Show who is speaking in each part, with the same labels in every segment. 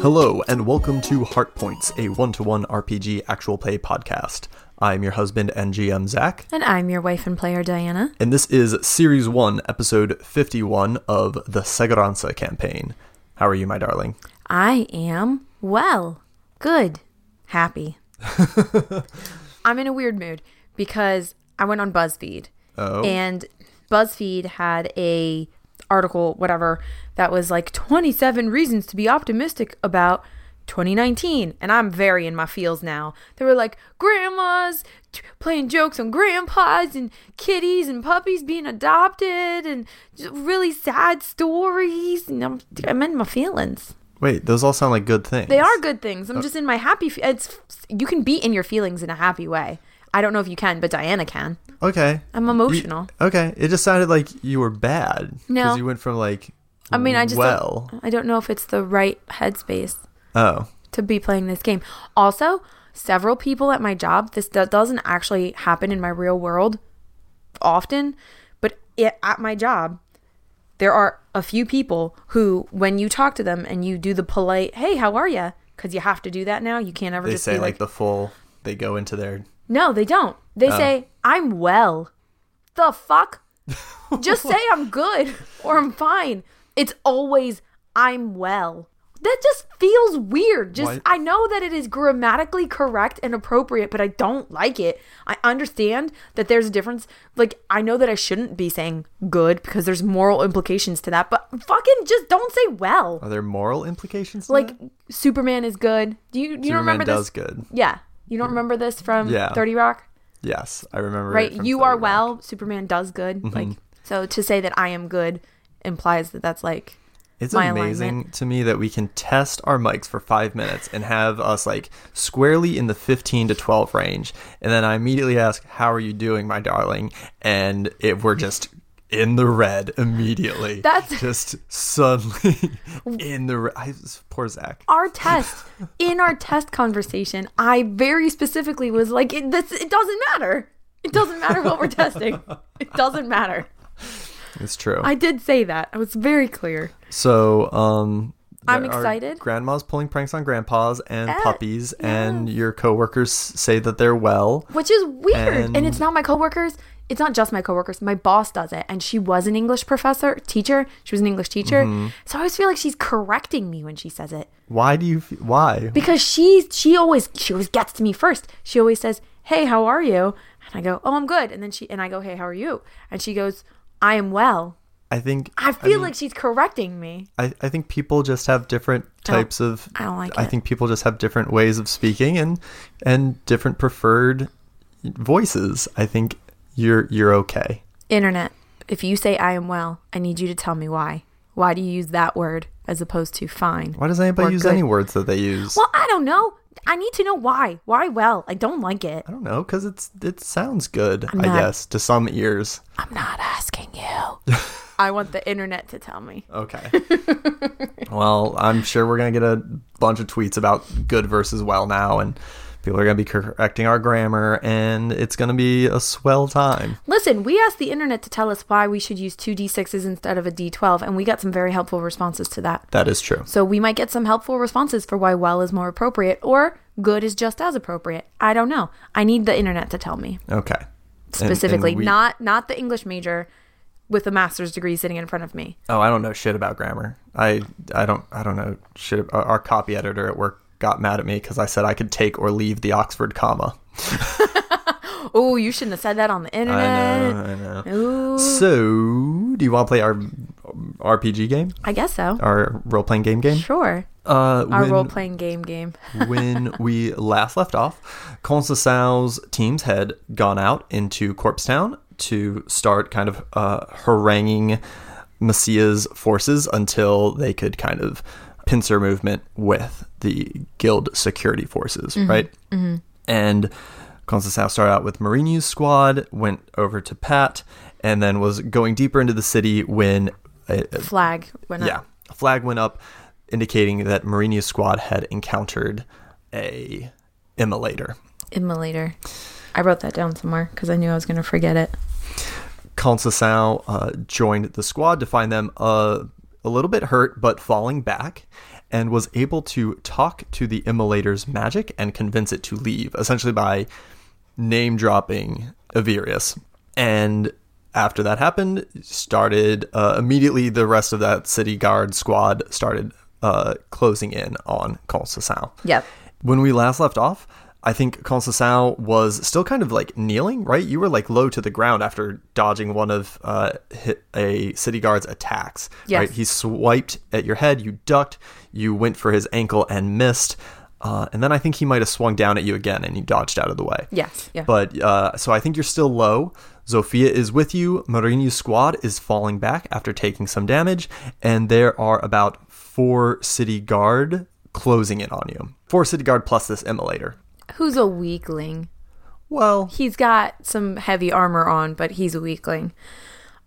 Speaker 1: Hello, and welcome to Heartpoints, a one to one RPG actual play podcast. I'm your husband and GM, Zach,
Speaker 2: And I'm your wife and player, Diana.
Speaker 1: and this is Series 1, Episode 51 of the Seguranza campaign. How are you, my darling?
Speaker 2: I am well, good, happy. I'm in a weird mood because I went on BuzzFeed
Speaker 1: Oh.
Speaker 2: and BuzzFeed had a article whatever that was like 27 reasons to be optimistic about 2019 and I'm very in my feels now. They were like grandmas t- playing jokes on grandpas and kitties and puppies being adopted and just really sad stories and I'm, I'm in my feelings.
Speaker 1: Wait, those all sound like good things.
Speaker 2: They are good things.
Speaker 1: Uh,
Speaker 2: I'm just in my happy fe- it's you can be in your feelings in a happy way. I don't know if you can, but Diana can.
Speaker 1: Okay.
Speaker 2: I'm emotional.
Speaker 1: You- okay. It just sounded like you were bad.
Speaker 2: No.
Speaker 1: Because you went from like.
Speaker 2: I mean, I just don't-
Speaker 1: Well.
Speaker 2: I don't know if it's the right headspace
Speaker 1: Oh.
Speaker 2: to be playing this game. Also, several people at my job, this do- doesn't actually happen in my real world often, but it, at my job, there are a few people who, when you talk to them and you do the polite, hey, how are you? Because you have to do that now. You can't ever
Speaker 1: They
Speaker 2: just
Speaker 1: say
Speaker 2: be
Speaker 1: like
Speaker 2: like,
Speaker 1: the full. They go into their.
Speaker 2: no, they don't. They
Speaker 1: Oh.
Speaker 2: say, I'm well. The fuck? Just say I'm good or I'm fine. It's always, I'm well. That just feels weird. Just,
Speaker 1: Why-
Speaker 2: I know that it is grammatically correct and appropriate, but I don't like it. I understand that there's a difference. Like, I know that I shouldn't be saying good because there's moral implications to that, but fucking just don't say well.
Speaker 1: Are there moral implications? to
Speaker 2: Like,
Speaker 1: that?
Speaker 2: Superman is good. Do you, do you
Speaker 1: Superman
Speaker 2: remember
Speaker 1: does
Speaker 2: this?
Speaker 1: good.
Speaker 2: Yeah. You don't remember this from
Speaker 1: Yeah.
Speaker 2: 30 Rock?
Speaker 1: Yes, I remember. it
Speaker 2: right
Speaker 1: from
Speaker 2: you are
Speaker 1: 30 Rock. Mm-hmm.
Speaker 2: well superman does good like so to say that i am good implies that that's like
Speaker 1: It's
Speaker 2: my
Speaker 1: amazing
Speaker 2: alignment.
Speaker 1: to me that we can test our mics for five minutes and have us like squarely in the 15 to 12 range. And then I immediately ask, How are you doing, my darling? And it, we're just in the red immediately.
Speaker 2: That's-
Speaker 1: just suddenly in the red. I, poor Zach.
Speaker 2: our test in our test conversation i very specifically was like it, this, it doesn't matter it doesn't matter what we're testing it doesn't matter
Speaker 1: It's true.
Speaker 2: i did say that i was very clear
Speaker 1: so, um,.
Speaker 2: I'm
Speaker 1: there are
Speaker 2: excited.
Speaker 1: Grandma's pulling pranks on grandpas and puppies, and your coworkers say that they're well.
Speaker 2: which is weird and,
Speaker 1: And-
Speaker 2: it's not my coworkers it's not just my coworkers my boss does it and she was an english professor teacher she was an english teacher
Speaker 1: Mm-hmm.
Speaker 2: so i always feel like she's correcting me when she says it
Speaker 1: Why do you? f- Why?
Speaker 2: because she she always she always gets to me first. She always says, "Hey, how are you?" And I go, "Oh, I'm good." And then she and I go, "Hey, how are you?" And she goes, "I am well."
Speaker 1: I think
Speaker 2: I feel like she's correcting me.
Speaker 1: I, I think people just have different
Speaker 2: don't-
Speaker 1: types of
Speaker 2: I don't like
Speaker 1: I
Speaker 2: it.
Speaker 1: think people just have different ways of speaking and and different preferred voices. I think you're you're okay.
Speaker 2: Internet, if you say "I am well," I need you to tell me why. Why do you use that word as opposed to "fine"?
Speaker 1: Why does anybody
Speaker 2: Or
Speaker 1: use
Speaker 2: good.
Speaker 1: any words that they use?
Speaker 2: Well, I don't know. I need to know why. Why well? I don't like it.
Speaker 1: I don't know cuz it's it sounds good, I
Speaker 2: not-
Speaker 1: guess, to some ears.
Speaker 2: I'm not asking you. I want the internet to tell me.
Speaker 1: Okay. well, I'm sure we're going to get a bunch of tweets about good versus well now and people are going to be correcting our grammar and it's going to be a swell time.
Speaker 2: Listen, we asked the internet to tell us why we should use two d6s instead of a d12, and we got some very helpful responses to that.
Speaker 1: That is true.
Speaker 2: So we might get some helpful responses for why well is more appropriate or good is just as appropriate. I don't know. I need the internet to tell me
Speaker 1: Okay. And- and
Speaker 2: specifically,
Speaker 1: we-
Speaker 2: not not the English major with a master's degree sitting in front of me.
Speaker 1: Oh, I don't know shit about grammar. I I don't I don't know shit. ab- Our our copy editor at work got mad at me because I said I could take or leave the Oxford comma.
Speaker 2: Oh, you shouldn't have said that on the internet.
Speaker 1: I know.
Speaker 2: Ooh,
Speaker 1: So, do you want to play our um, RPG game,
Speaker 2: I guess so.
Speaker 1: our role playing game game?
Speaker 2: Sure.
Speaker 1: Uh,
Speaker 2: Our
Speaker 1: when-
Speaker 2: role playing game game.
Speaker 1: when we last left off, Constanceau's teams had gone out into Corpse Town to start kind of uh, haranguing Messiah's forces until they could kind of pincer movement with the guild security forces, right? Mm-hmm. And Constanceau started out with Marini's squad, went over to Pat, and then was going deeper into the city when a, a
Speaker 2: Flag went
Speaker 1: yeah.
Speaker 2: up.
Speaker 1: A flag went up indicating that Mourinho's squad had encountered a immolator.
Speaker 2: Immolator. I wrote that down somewhere because I knew I was going to forget it.
Speaker 1: Constanceau uh, joined the squad to find them uh, a little bit hurt but falling back. and was able to talk to the immolator's magic and convince it to leave, essentially by name dropping Avirius. And after that happened, started uh, immediately the rest of that city guard squad started uh, closing in on Concesao.
Speaker 2: Yep.
Speaker 1: When we last left off, I think Concesao was still kind of like kneeling, right? You were like low to the ground after dodging one of uh, hi- a city guard's attacks.
Speaker 2: Yes.
Speaker 1: Right? He swiped at your head, you ducked, you went for his ankle and missed. Uh, and then I think he might have swung down at you again and you dodged out of the way.
Speaker 2: Yes. Yeah.
Speaker 1: But uh, so I think you're still low. Zofia is with you. Marinu's squad is falling back after taking some damage, and there are about four city guard closing in on you. Four city guard plus this immolator.
Speaker 2: Who's a weakling?
Speaker 1: Well,
Speaker 2: He's got some heavy armor on, but he's a weakling.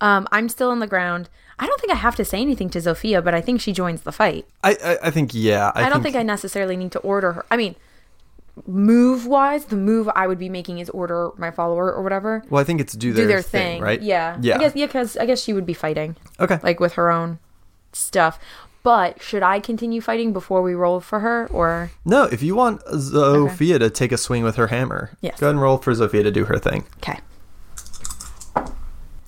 Speaker 2: Um, I'm still on the ground. I don't think I have to say anything to Zofia, but I think she joins the fight.
Speaker 1: I I, I think yeah. I,
Speaker 2: I don't think I necessarily need to order her. I mean, move wise, the move I would be making is order my follower or whatever.
Speaker 1: Well, I think it's do their,
Speaker 2: do their
Speaker 1: thing,
Speaker 2: thing,
Speaker 1: right?
Speaker 2: Yeah,
Speaker 1: Yeah.
Speaker 2: I guess, yeah, because I guess she would be fighting,
Speaker 1: okay.
Speaker 2: like with her own stuff. But should I continue fighting before we roll for her, or
Speaker 1: no, if you want Zofia to take a swing with her hammer,
Speaker 2: Yes.
Speaker 1: go ahead and roll for Zofia to do her thing.
Speaker 2: okay?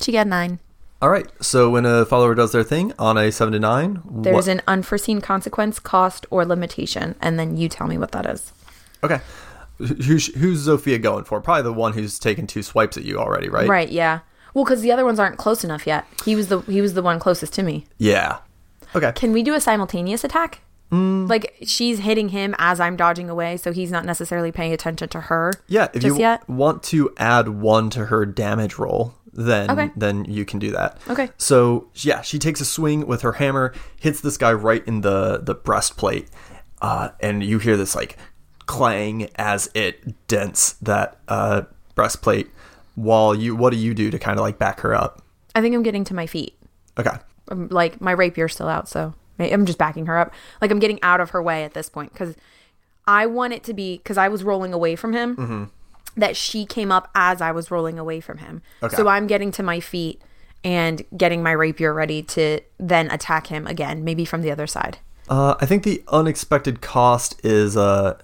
Speaker 2: She got nine.
Speaker 1: All right. So when a follower does their thing on a seven to nine,
Speaker 2: There's
Speaker 1: what-
Speaker 2: an unforeseen consequence, cost, or limitation, and then you tell me what that is.
Speaker 1: Okay. Who's, who's Zofia going for? Probably the one who's taken two swipes at you already, right?
Speaker 2: Right? Yeah. Well, because the other ones aren't close enough yet. He was the he was the one closest to me.
Speaker 1: Yeah. Okay.
Speaker 2: Can we do a simultaneous attack? Like she's hitting him as I'm dodging away, so he's not necessarily paying attention to her.
Speaker 1: yeah. If
Speaker 2: just
Speaker 1: you
Speaker 2: yet?
Speaker 1: want to add one to her damage roll, then
Speaker 2: Okay.
Speaker 1: then you can do that.
Speaker 2: Okay.
Speaker 1: So yeah, she takes a swing with her hammer, hits this guy right in the the breastplate, uh, and you hear this like clang as it dents that uh, breastplate. While you, what do you do to kind of like back her up?
Speaker 2: I think I'm getting to my feet.
Speaker 1: Okay.
Speaker 2: I'm, like my rapier's still out, so ma- I'm just backing her up. Like I'm getting out of her way at this point because I want it to be because I was rolling away from him.
Speaker 1: Mm-hmm.
Speaker 2: That she came up as I was rolling away from him.
Speaker 1: Okay.
Speaker 2: So I'm getting to my feet and getting my rapier ready to then attack him again, maybe from the other side.
Speaker 1: Uh, I think the unexpected cost is uh,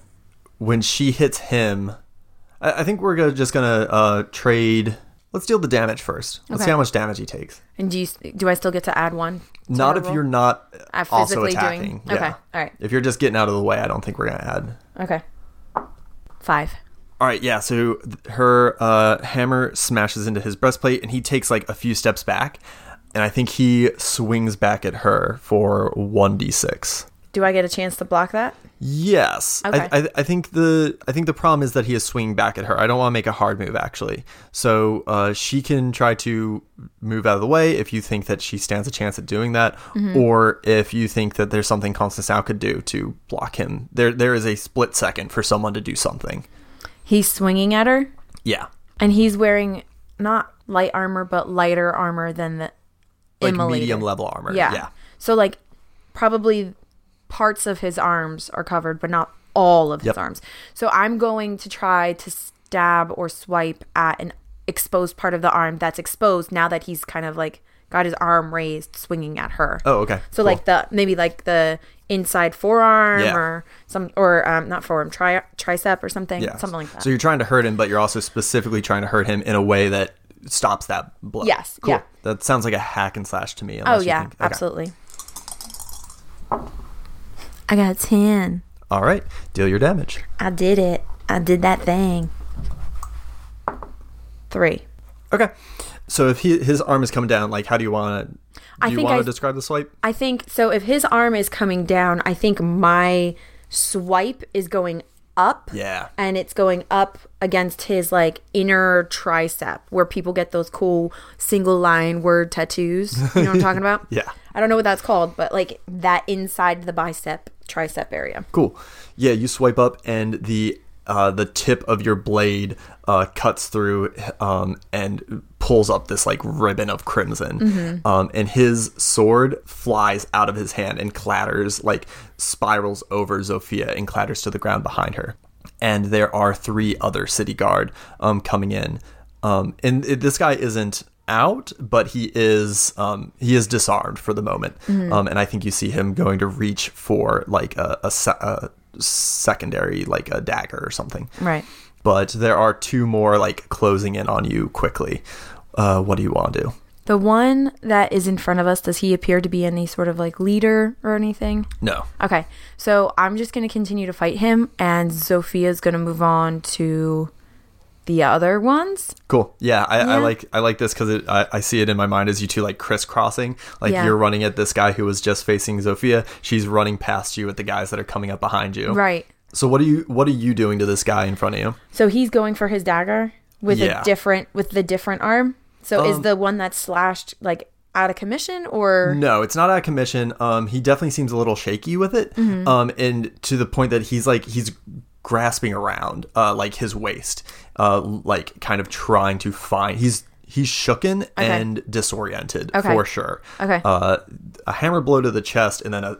Speaker 1: when she hits him. I, I think we're gonna, just gonna uh, trade. Let's deal the damage first. Let's
Speaker 2: Okay.
Speaker 1: see how much damage he takes.
Speaker 2: And do you s- do I still get to add one? to
Speaker 1: not
Speaker 2: her
Speaker 1: if
Speaker 2: roll?
Speaker 1: you're not
Speaker 2: Uh,
Speaker 1: also
Speaker 2: physically
Speaker 1: attacking.
Speaker 2: doing- okay, all right.
Speaker 1: If you're just getting out of the way, I don't think we're gonna add.
Speaker 2: Okay. Five.
Speaker 1: All right, yeah. So th- her uh, hammer smashes into his breastplate, and he takes like a few steps back, and I think he swings back at her for one d six.
Speaker 2: Do I get a chance to block that?
Speaker 1: Yes,
Speaker 2: Okay.
Speaker 1: I, I, I think the I think the problem is that he is swinging back at her. I don't want to make a hard move actually, so uh, she can try to move out of the way if you think that she stands a chance at doing that,
Speaker 2: Mm-hmm.
Speaker 1: or if you think that there's something Constance Al could do to block him. There there is a split second for someone to do something.
Speaker 2: He's swinging at her,
Speaker 1: Yeah,
Speaker 2: and he's wearing not light armor, but lighter armor than the
Speaker 1: like
Speaker 2: immolator.
Speaker 1: medium level armor.
Speaker 2: Yeah.
Speaker 1: yeah,
Speaker 2: So like, probably parts of his arms are covered, but not all of
Speaker 1: Yep.
Speaker 2: his arms. So I'm going to try to stab or swipe at an exposed part of the arm that's exposed now that he's kind of like got his arm raised, swinging at her.
Speaker 1: Oh, okay.
Speaker 2: So
Speaker 1: Cool.
Speaker 2: like the maybe like the inside forearm
Speaker 1: Yeah.
Speaker 2: or some or um, not forearm tri- tricep or something
Speaker 1: yeah,
Speaker 2: something like that.
Speaker 1: So you're trying to hurt him, but you're also specifically trying to hurt him in a way that stops that blow.
Speaker 2: Yes,
Speaker 1: cool.
Speaker 2: yeah.
Speaker 1: That sounds like a hack and slash to me.
Speaker 2: oh
Speaker 1: unless you
Speaker 2: yeah,
Speaker 1: think- okay.
Speaker 2: absolutely. I got ten.
Speaker 1: All right, deal your damage.
Speaker 2: I did it. I did that thing. Three.
Speaker 1: Okay. So if he, his arm is coming down, like how do you want to?
Speaker 2: I
Speaker 1: Do you
Speaker 2: think
Speaker 1: want
Speaker 2: I-
Speaker 1: to describe the swipe?
Speaker 2: I think so. If his arm is coming down, I think my swipe is going up.
Speaker 1: Yeah.
Speaker 2: And it's going up against his like inner tricep where people get those cool single line word tattoos. You know what I'm talking about?
Speaker 1: Yeah.
Speaker 2: I don't know what that's called, but like that inside the bicep tricep area.
Speaker 1: Cool. Yeah, you swipe up, and the uh, the tip of your blade uh, cuts through um, and pulls up this like ribbon of crimson.
Speaker 2: Mm-hmm.
Speaker 1: Um, and his sword flies out of his hand and clatters like spirals over Zofia and clatters to the ground behind her. And there are three other city guard um, coming in. Um, and it, this guy isn't out, but he is um, he is disarmed for the moment, um, and I think you see him going to reach for like a, a, se- a secondary like a dagger or something.
Speaker 2: Right.
Speaker 1: But there are two more like closing in on you quickly. Uh, what do you want to do?
Speaker 2: The one that is in front of us, does he appear to be any sort of like leader or anything?
Speaker 1: No.
Speaker 2: Okay. So I'm just going to continue to fight him, and Sophia's going to move on to the other ones.
Speaker 1: Cool. Yeah, I,
Speaker 2: Yeah.
Speaker 1: I like I like this because I, I see it in my mind as you two like crisscrossing. Like
Speaker 2: Yeah.
Speaker 1: you're running at this guy who was just facing Zofia. She's running past you at the guys that are coming up behind you.
Speaker 2: Right.
Speaker 1: So what are you what are you doing to this guy in front of you?
Speaker 2: So he's going for his dagger with
Speaker 1: Yeah.
Speaker 2: a different with the different arm. So is
Speaker 1: Um,
Speaker 2: the one that's slashed like out of commission or
Speaker 1: No, it's not out of commission. Um, he definitely seems a little shaky with it.
Speaker 2: Mm-hmm.
Speaker 1: Um, and to the point that he's like he's grasping around, uh, like his waist, uh, like kind of trying to find. He's he's shooken and disoriented
Speaker 2: Okay.
Speaker 1: for sure.
Speaker 2: Okay.
Speaker 1: Uh, a hammer blow to the chest and then a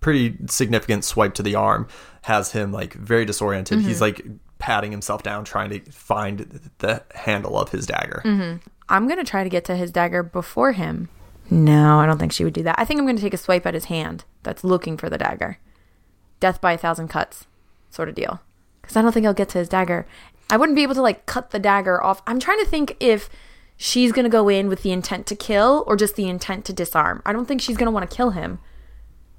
Speaker 1: pretty significant swipe to the arm has him like very disoriented. He's
Speaker 2: Mm-hmm.
Speaker 1: like patting himself down, trying to find the handle of his dagger.
Speaker 2: Mm-hmm. I'm going to try to get to his dagger before him. No, I don't think she would do that. I think I'm going to take a swipe at his hand that's looking for the dagger. Death by a thousand cuts sort of deal. Cuz I don't think I'll get to his dagger. I wouldn't be able to like cut the dagger off. I'm trying to think if she's going to go in with the intent to kill or just the intent to disarm. I don't think she's going to want to kill him.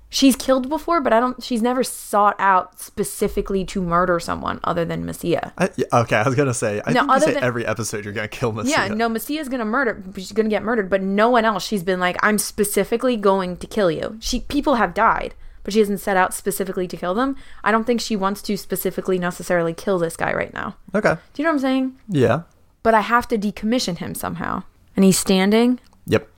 Speaker 2: She's killed before, but I don't she's never sought out specifically to murder someone other than Messia.
Speaker 1: I, yeah, okay, I was gonna say. I
Speaker 2: No,
Speaker 1: think you
Speaker 2: other
Speaker 1: say
Speaker 2: than-
Speaker 1: every episode you're gonna kill Messiah.
Speaker 2: Yeah, no, Messiah's gonna murder. She's gonna get murdered, but no one else. She's been like, I'm specifically going to kill you. She people have died, but she hasn't set out specifically to kill them. I don't think she wants to specifically necessarily kill this guy right now.
Speaker 1: Okay.
Speaker 2: Do you know what I'm saying?
Speaker 1: Yeah.
Speaker 2: But I have to decommission him somehow. And he's standing
Speaker 1: Yep.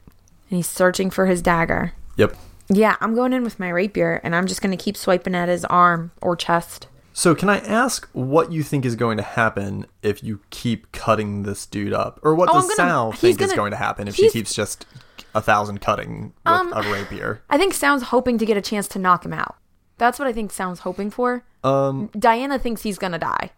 Speaker 2: and he's searching for his dagger.
Speaker 1: Yep.
Speaker 2: Yeah, I'm going in with my rapier and I'm just gonna keep swiping at his arm or chest.
Speaker 1: So can I ask what you think is going to happen if you keep cutting this dude up, or what
Speaker 2: Oh, I'm
Speaker 1: does
Speaker 2: gonna-
Speaker 1: Sal
Speaker 2: he's
Speaker 1: think
Speaker 2: gonna-
Speaker 1: is going to happen if she
Speaker 2: he's- Um,
Speaker 1: keeps just a thousand cutting with a rapier?
Speaker 2: I think Sound's hoping to get a chance to knock him out. That's what I think Sound's hoping for.
Speaker 1: Um,
Speaker 2: Diana thinks he's gonna die.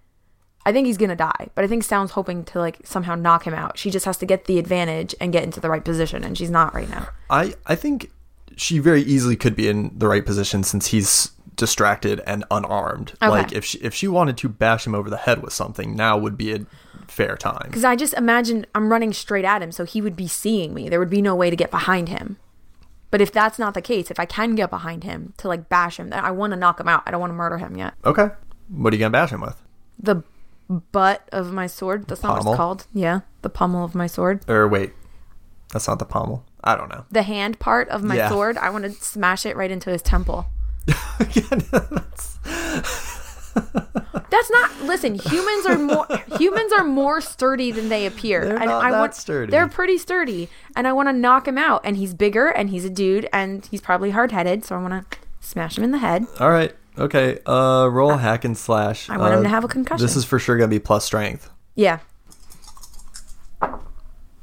Speaker 2: I think he's gonna die, but I think Sound's hoping to like somehow knock him out. She just has to get the advantage and get into the right position, and she's not right now.
Speaker 1: I I think she very easily could be in the right position since he's distracted and unarmed. Like if she if she wanted to bash him over the head with something, now would be a fair time.
Speaker 2: Because I just imagine I'm running straight at him, so he would be seeing me. There would be no way to get behind him. But if that's not the case, if I can get behind him to like bash him, then I want to knock him out. I don't want to murder him yet.
Speaker 1: Okay. What are you gonna bash him with?
Speaker 2: The butt of my sword. That's not what
Speaker 1: Pommel.
Speaker 2: it's called. Yeah, the pommel of my sword.
Speaker 1: Or wait, that's not the pommel. I don't know.
Speaker 2: The hand part of my
Speaker 1: Yeah.
Speaker 2: sword. I want to smash it right into his temple. That's not. Listen, humans are more humans are more sturdy than they appear.
Speaker 1: They're not that sturdy.
Speaker 2: They're pretty sturdy, and I want to knock him out. And he's bigger, and he's a dude, and he's probably hard headed. So I want to smash him in the head.
Speaker 1: All right. Okay. Uh, roll hack and slash.
Speaker 2: I want him
Speaker 1: Uh,
Speaker 2: to have a concussion.
Speaker 1: This is for sure gonna be plus strength.
Speaker 2: Yeah.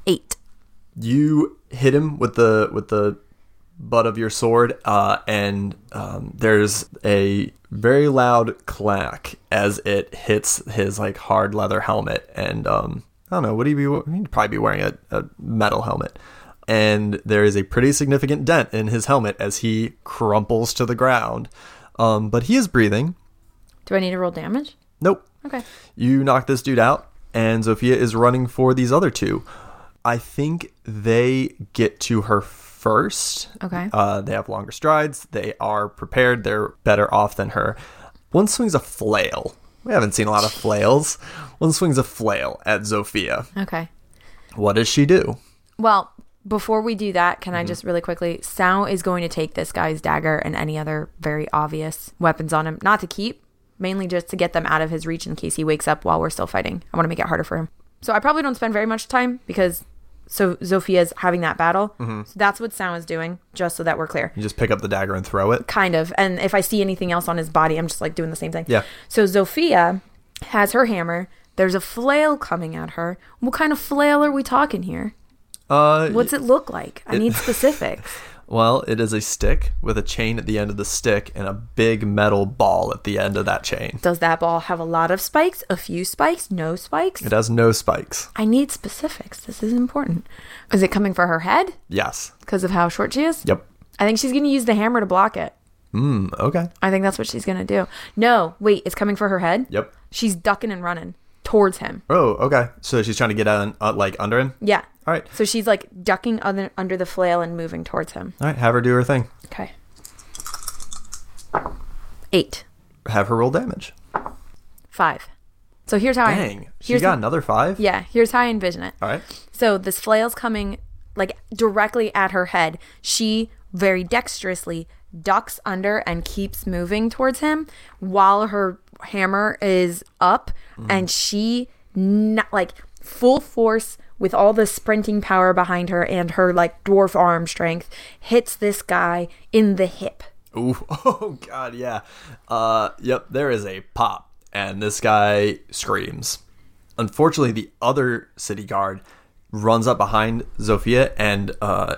Speaker 2: Eight.
Speaker 1: You hit him with the with the butt of your sword, uh, and um, there's a very loud clack as it hits his like hard leather helmet. And um, I don't know. Would he be? He'd probably be wearing a, a metal helmet. And there is a pretty significant dent in his helmet as he crumples to the ground. Um, but he is breathing.
Speaker 2: Do I need to roll damage?
Speaker 1: Nope.
Speaker 2: Okay.
Speaker 1: You knock this dude out, and Zofia is running for these other two. I think they get to her first.
Speaker 2: Okay.
Speaker 1: Uh, they have longer strides. They are prepared. They're better off than her. One swings a flail. We haven't seen a lot of flails. One swings a flail at Zofia.
Speaker 2: Okay.
Speaker 1: What does she do?
Speaker 2: Well, before we do that, can I just really quickly? Sao is going to take this guy's dagger and any other very obvious weapons on him, not to keep, mainly just to get them out of his reach in case he wakes up while we're still fighting. I want to make it harder for him. So I probably don't spend very much time because so Zofia's having that battle. So that's what Sao is doing, just so that we're clear.
Speaker 1: You just pick up the dagger and throw it.
Speaker 2: Kind of. And if I see anything else on his body, I'm just like doing the same thing.
Speaker 1: Yeah.
Speaker 2: So Zofia has her hammer. There's a flail coming at her. What kind of flail are we talking here?
Speaker 1: Uh,
Speaker 2: What's it look like? I need specifics.
Speaker 1: Well, it is a stick with a chain at the end of the stick and a big metal ball at the end of that chain.
Speaker 2: Does that ball have a lot of spikes? A few spikes? No spikes?
Speaker 1: It has no spikes.
Speaker 2: I need specifics. This is important. Is it coming for her head
Speaker 1: Yes.
Speaker 2: because of how short she is?
Speaker 1: Yep.
Speaker 2: I think she's going to use the hammer to block it.
Speaker 1: Hmm. Okay.
Speaker 2: I think that's what she's going to do. No, wait, it's coming for her head?
Speaker 1: Yep.
Speaker 2: She's ducking and running towards him.
Speaker 1: Oh, okay. So she's trying to get on, uh, like under him.
Speaker 2: Yeah.
Speaker 1: All right.
Speaker 2: So she's like ducking under, under the flail and moving towards him.
Speaker 1: All right. Have her do her thing.
Speaker 2: Okay. Eight.
Speaker 1: Have her roll damage.
Speaker 2: Five. So here's how I.
Speaker 1: Dang. She
Speaker 2: here's
Speaker 1: got another five.
Speaker 2: Yeah, here's how I envision it.
Speaker 1: All right.
Speaker 2: So this flail's coming like directly at her head. She very dexterously ducks under and keeps moving towards him while her hammer is up and she not like full force with all the sprinting power behind her and her like dwarf arm strength hits this guy in the hip.
Speaker 1: Ooh. Oh God. Yeah. Uh. Yep. There is a pop, and this guy screams. Unfortunately, the other city guard runs up behind Zofia, and uh,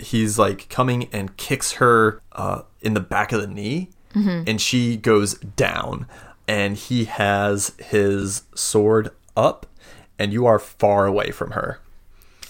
Speaker 1: he's like coming and kicks her uh in the back of the knee, and she goes down, and he has his sword up, and you are far away from her.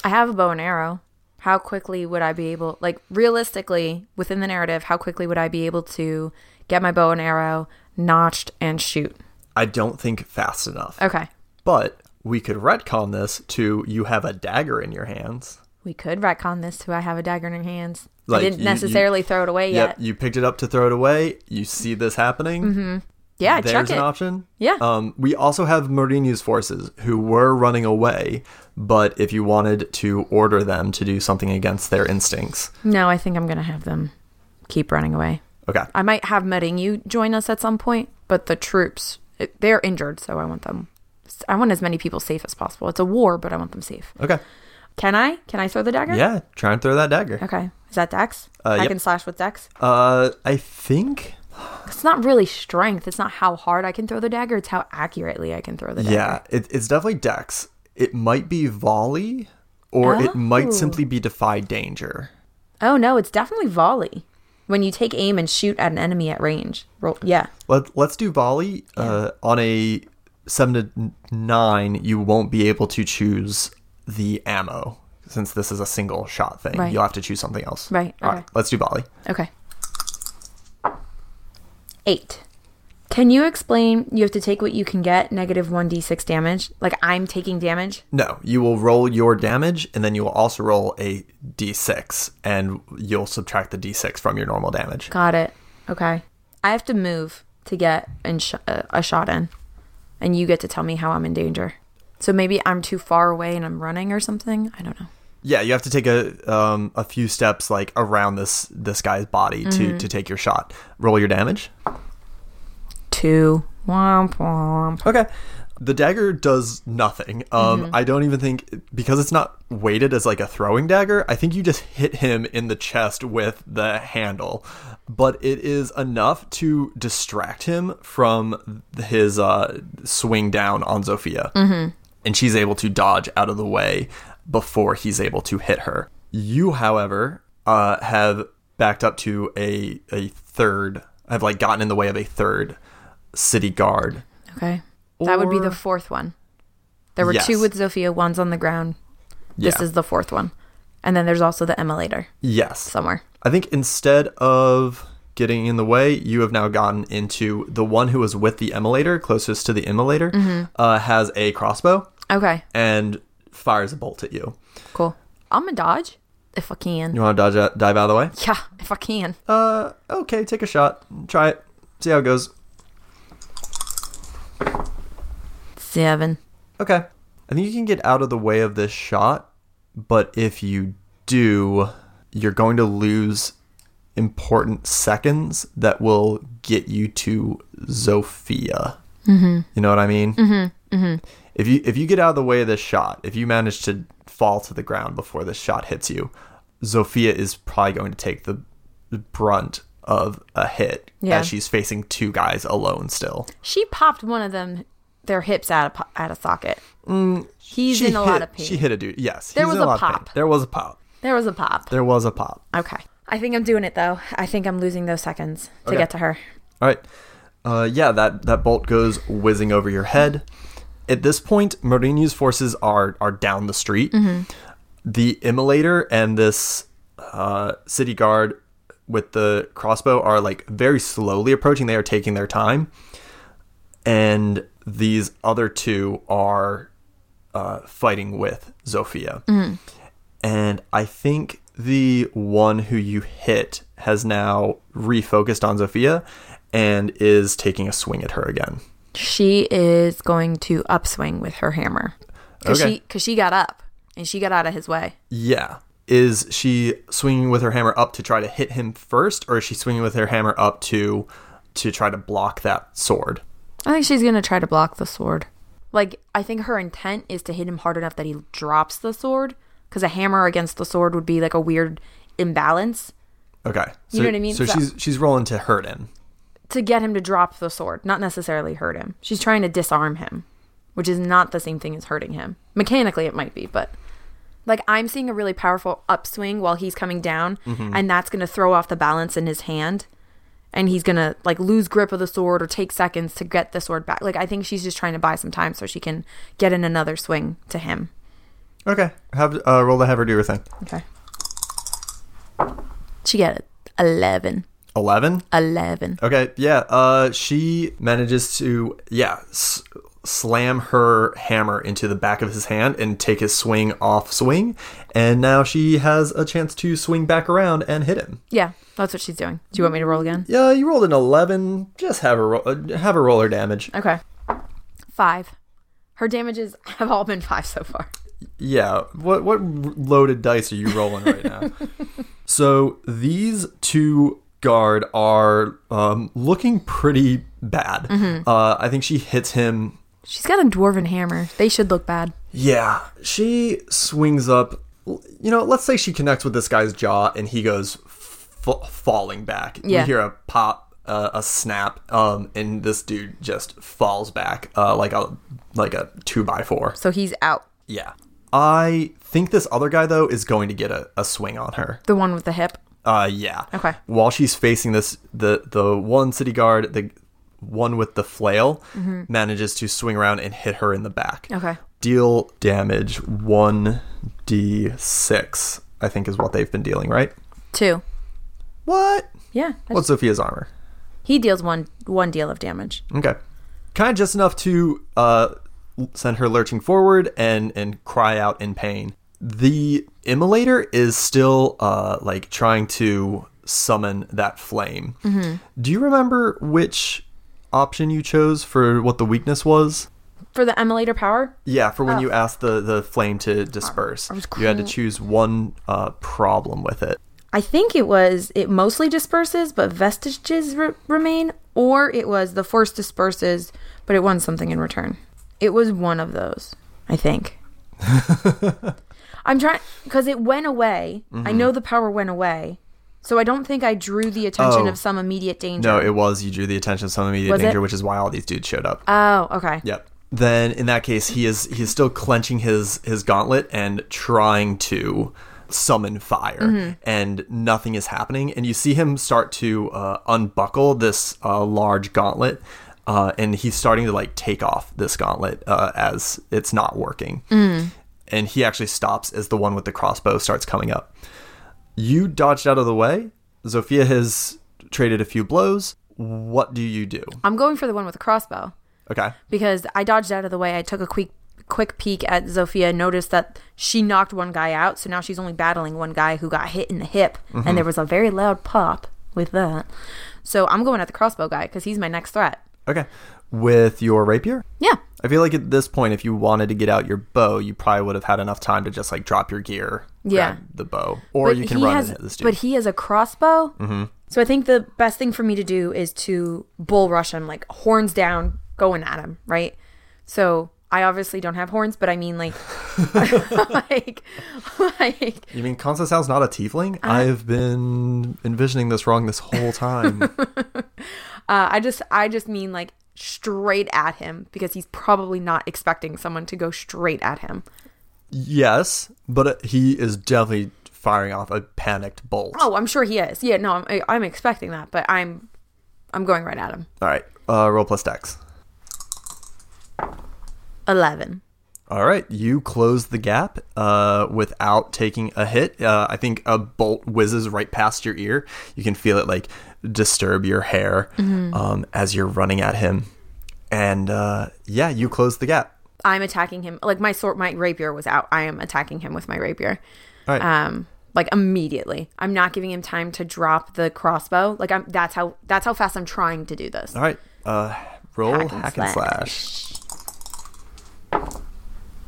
Speaker 2: I have a bow and arrow. How quickly would I be able, like, realistically, within the narrative, how quickly would I be able to get my bow and arrow notched and shoot?
Speaker 1: I don't think fast enough.
Speaker 2: Okay.
Speaker 1: But we could retcon this to you have a dagger in your hands.
Speaker 2: We could retcon this to I have a dagger in your hands.
Speaker 1: Like,
Speaker 2: I didn't
Speaker 1: you-
Speaker 2: necessarily
Speaker 1: you-
Speaker 2: throw it away
Speaker 1: Yep,
Speaker 2: yet. Mm-hmm.
Speaker 1: you picked it up to throw it away. You see this happening.
Speaker 2: Yeah,
Speaker 1: There's
Speaker 2: chuck
Speaker 1: an
Speaker 2: it.
Speaker 1: option.
Speaker 2: Yeah.
Speaker 1: Um, we also have Mourinho's forces who were running away, but if you wanted to order them to do something against their instincts,
Speaker 2: no, I think I'm going to have them keep running away.
Speaker 1: okay.
Speaker 2: I might have Medding you join us at some point, but the troops, it- they're injured, so I want them. I want as many people safe as possible. It's a war, but I want them safe.
Speaker 1: Okay.
Speaker 2: Can I? Can I throw the dagger?
Speaker 1: Yeah. Try and throw that dagger.
Speaker 2: Okay. Is that Dex?
Speaker 1: Uh,
Speaker 2: I
Speaker 1: yep.
Speaker 2: can slash with Dex.
Speaker 1: Uh, I think.
Speaker 2: It's not really strength. It's not how hard I can throw the dagger. It's how accurately I can throw the dagger.
Speaker 1: Yeah. It, it's definitely Dex. It might be volley, or it
Speaker 2: Oh.
Speaker 1: might simply be defy danger.
Speaker 2: Oh no, it's definitely volley. When you take aim and shoot at an enemy at range. Roll. Yeah.
Speaker 1: Let, let's do volley. Uh, on a seven to n- nine, you won't be able to choose the ammo since this is a single shot thing.
Speaker 2: Right.
Speaker 1: You'll have to choose something else.
Speaker 2: Right,
Speaker 1: All
Speaker 2: okay.
Speaker 1: right. Let's do volley.
Speaker 2: Okay. Eight. Can you explain? You have to take what you can get. Negative one d six damage. Like I'm taking damage.
Speaker 1: No, you will roll your damage, and then you will also roll a d6, and you'll subtract the d6 from your normal damage.
Speaker 2: Got it. Okay. I have to move to get in sh- uh, a shot in, and you get to tell me how I'm in danger. So maybe I'm too far away and I'm running or something. I don't know.
Speaker 1: Yeah, you have to take a um, a few steps like around this this guy's body
Speaker 2: Mm-hmm.
Speaker 1: to to take your shot. Roll your damage.
Speaker 2: Two. Womp womp.
Speaker 1: Okay. The dagger does nothing. Um,
Speaker 2: Mm-hmm.
Speaker 1: I don't even think because it's not weighted as like a throwing dagger. I think you just hit him in the chest with the handle, but it is enough to distract him from his uh, swing down on Zofia, mm-hmm. and she's able to dodge out of the way before he's able to hit her. You, however, uh, have backed up to a a third. Have like gotten in the way of a third city guard.
Speaker 2: Okay. that would be
Speaker 1: Or-
Speaker 2: the fourth one. There were two
Speaker 1: Yes.
Speaker 2: with Zofia, one's on the ground. This
Speaker 1: Yeah.
Speaker 2: is the fourth one. And then there's also the emulator
Speaker 1: Yes.
Speaker 2: somewhere.
Speaker 1: I think instead of getting in the way, you have now gotten into the one who was with the emulator, closest to the emulator, uh, has a crossbow
Speaker 2: Okay,
Speaker 1: and fires a bolt at you.
Speaker 2: cool. I'm gonna dodge if I can.
Speaker 1: You want to dodge out, dive out of the way?
Speaker 2: Yeah, if I can.
Speaker 1: Uh, okay, take a shot. Try it. See how it goes.
Speaker 2: Seven.
Speaker 1: Okay. I think you can get out of the way of this shot, but if you do, you're going to lose important seconds that will get you to Zofia. Mm-hmm. You know what I mean? Mm-hmm. Mm-hmm. If you if you get out of the way of this shot, if you manage to fall to the ground before this shot hits you, Zofia is probably going to take the the brunt of a hit
Speaker 2: Yeah.
Speaker 1: as she's facing two guys alone still.
Speaker 2: She popped one of them, their hips out of po- out of socket. He's
Speaker 1: She
Speaker 2: in a lot
Speaker 1: hit-
Speaker 2: of pain.
Speaker 1: She hit a dude. Yes,
Speaker 2: There
Speaker 1: he's
Speaker 2: was
Speaker 1: in
Speaker 2: a
Speaker 1: lot of pain.
Speaker 2: pop.
Speaker 1: There was a pop.
Speaker 2: There was a pop.
Speaker 1: There was a pop.
Speaker 2: Okay. I think I'm doing it though. I think I'm losing those seconds to
Speaker 1: Okay.
Speaker 2: get to her.
Speaker 1: All right. Uh, yeah, that, that bolt goes whizzing over your head. At this point, Mourinho's forces are are down the street.
Speaker 2: Mm-hmm.
Speaker 1: The immolator and this uh, city guard with the crossbow are like very slowly approaching. They are taking their time, and these other two are uh, fighting with Zofia. And I think the one who you hit has now refocused on Zofia and is taking a swing at her again.
Speaker 2: She is going to upswing with her hammer. Cause
Speaker 1: Okay.
Speaker 2: she cause she got up and she got out of his way.
Speaker 1: Yeah. Is she swinging with her hammer up to try to hit him first, or is she swinging with her hammer up to to try to block that sword?
Speaker 2: I think she's gonna try to block the sword. Like I think her intent is to hit him hard enough that he drops the sword. Cause a hammer against the sword would be like a weird imbalance
Speaker 1: Okay. So,
Speaker 2: You know what I mean?
Speaker 1: So
Speaker 2: So-
Speaker 1: she's she's rolling to hurt him.
Speaker 2: to get him to drop the sword, not necessarily hurt him. She's trying to disarm him, which is not the same thing as hurting him. Mechanically, it might be, but like I'm seeing a really powerful upswing while he's coming down, and that's going to throw off the balance in his hand, and he's going to like lose grip of the sword or take seconds to get the sword back. Like I think she's just trying to buy some time so she can get in another swing to him.
Speaker 1: Okay. Have uh, roll to have her do her thing.
Speaker 2: Okay. She got 11.
Speaker 1: Eleven.
Speaker 2: 11.
Speaker 1: Okay, yeah. Uh, she manages to yeah s- slam her hammer into the back of his hand and take his swing off swing, and now she has a chance to swing back around and hit him.
Speaker 2: Yeah, that's what she's doing. Do you want me to roll again?
Speaker 1: Yeah, you rolled an eleven. Just have her ro- uh, have her roll her damage.
Speaker 2: Okay. Five. Her damages have all been five so far.
Speaker 1: Yeah. What what loaded dice are you rolling right now? so these two guard are um, looking pretty bad. Uh, I think she hits him
Speaker 2: She's got a dwarven hammer. They should look bad.
Speaker 1: Yeah, she swings up. You know, let's say she connects with this guy's jaw and he goes f- falling back.
Speaker 2: Yeah.
Speaker 1: You hear a pop, uh, a snap, um, and this dude just falls back uh, like a like a two by four.
Speaker 2: So he's out.
Speaker 1: Yeah. I think this other guy though is going to get a, a swing on her.
Speaker 2: The one with the hip.
Speaker 1: Uh, yeah.
Speaker 2: Okay.
Speaker 1: While she's facing this, the the one city guard, the one with the flail, manages to swing around and hit her in the back.
Speaker 2: Mm-hmm. Okay.
Speaker 1: Deal damage one d six. I think is what they've been dealing, right?
Speaker 2: Two.
Speaker 1: What?
Speaker 2: Yeah. that's-
Speaker 1: What's Sophia's armor?
Speaker 2: He deals one one deal of damage.
Speaker 1: Okay. Kind of just enough to uh, send her lurching forward and and cry out in pain. The immolator is still uh, like trying to summon that flame.
Speaker 2: Mm-hmm.
Speaker 1: Do you remember which option you chose for what the weakness was?
Speaker 2: For the emulator power,
Speaker 1: Yeah, for when you asked the, the flame to disperse,
Speaker 2: Oh. was
Speaker 1: you had to
Speaker 2: cl-
Speaker 1: choose one uh, problem with it.
Speaker 2: I think it was it mostly disperses, but vestiges re- remain, or it was the force disperses, but it won something in return. It was one of those, I think. I'm trying because it went away. I know the power went away, so I don't think I drew the attention
Speaker 1: Oh.
Speaker 2: of some immediate danger.
Speaker 1: No, it was you drew the attention of some immediate
Speaker 2: Was it?
Speaker 1: danger, which is why all these dudes showed up.
Speaker 2: Oh, okay.
Speaker 1: Yep. Then in that case, he is he is still clenching his his gauntlet and trying to summon fire, and nothing is happening. And you see him start to uh, unbuckle this uh, large gauntlet, uh, and he's starting to like take off this gauntlet uh, as it's not working. And he actually stops as the one with the crossbow starts coming up. You dodged out of the way. Zofia has traded a few blows. What do you do?
Speaker 2: I'm going for the one with the crossbow.
Speaker 1: Okay.
Speaker 2: because I dodged out of the way. I took a quick quick peek at Zofia, noticed that she knocked one guy out, so now she's only battling one guy who got hit in the hip,
Speaker 1: Mm-hmm.
Speaker 2: and there was a very loud pop with that. So I'm going at the crossbow guy because he's my next threat.
Speaker 1: Okay. With your rapier?
Speaker 2: Yeah,
Speaker 1: I feel like at this point, if you wanted to get out your bow, you probably would have had enough time to just like drop your gear,
Speaker 2: Yeah.
Speaker 1: grab the bow, or you can
Speaker 2: he
Speaker 1: run
Speaker 2: has,
Speaker 1: and hit this dude.
Speaker 2: but he has a crossbow. Mm-hmm. So I think the best thing for me to do is to bull rush him, like horns down, going at him, right? So. I obviously don't have horns, but I mean like, like, like
Speaker 1: you mean Constantine's not a tiefling?
Speaker 2: Uh-huh.
Speaker 1: I've been envisioning this wrong this whole time.
Speaker 2: Uh, I just I just mean like straight at him because he's probably not expecting someone to go straight at him.
Speaker 1: yes, but he is definitely firing off a panicked bolt.
Speaker 2: Oh, I'm sure he is. Yeah, no, I'm, I'm expecting that, but I'm I'm going right at him.
Speaker 1: All right, uh, roll plus dex.
Speaker 2: 11.
Speaker 1: All right, you close the gap uh, without taking a hit. Uh, I think a bolt whizzes right past your ear. You can feel it like disturb your hair um, as you're running at him, and uh, yeah, you close the gap.
Speaker 2: I'm attacking him. Like my sword my rapier was out. I am attacking him with my rapier.
Speaker 1: All right,
Speaker 2: Um like immediately. I'm not giving him time to drop the crossbow. Like I'm that's how that's how fast I'm trying to do this.
Speaker 1: all right. Uh, roll hack
Speaker 2: Hack
Speaker 1: and,
Speaker 2: and
Speaker 1: slash.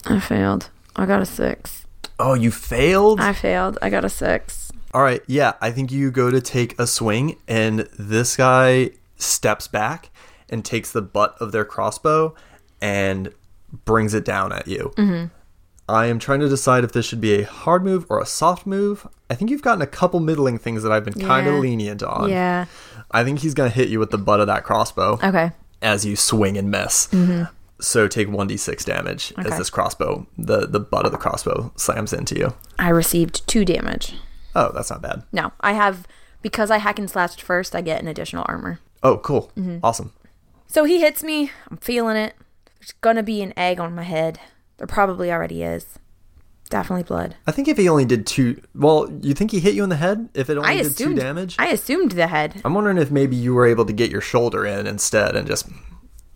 Speaker 2: I failed. I got a 6.
Speaker 1: Oh, you failed.
Speaker 2: I failed. I got a 6.
Speaker 1: All right, yeah, I think you go to take a swing, and this guy steps back and takes the butt of their crossbow and brings it down at you.
Speaker 2: Mm-hmm.
Speaker 1: I am trying to decide if this should be a hard move or a soft move. I think you've gotten a couple middling things that I've been kind of
Speaker 2: Yeah.
Speaker 1: lenient on.
Speaker 2: Yeah.
Speaker 1: I think he's going to hit you with the butt of that crossbow
Speaker 2: Okay.
Speaker 1: as you swing and miss. So take 1d6 damage as
Speaker 2: Mm-hmm. Okay.
Speaker 1: this crossbow, the, the butt of the crossbow, slams into you.
Speaker 2: I received 2 damage.
Speaker 1: Oh, that's not bad.
Speaker 2: No, I have because I hack and slashed first, I get an additional armor.
Speaker 1: Oh, cool.
Speaker 2: Mm-hmm.
Speaker 1: Awesome.
Speaker 2: So he hits me. I'm feeling it. There's gonna be an egg on my head. There probably already is. Definitely blood.
Speaker 1: I think if he only did two, well, you think he hit you in the head? If it only
Speaker 2: I
Speaker 1: did
Speaker 2: assumed
Speaker 1: two damage, I,
Speaker 2: I assumed the head.
Speaker 1: am wondering if maybe you were able to get your shoulder in instead and just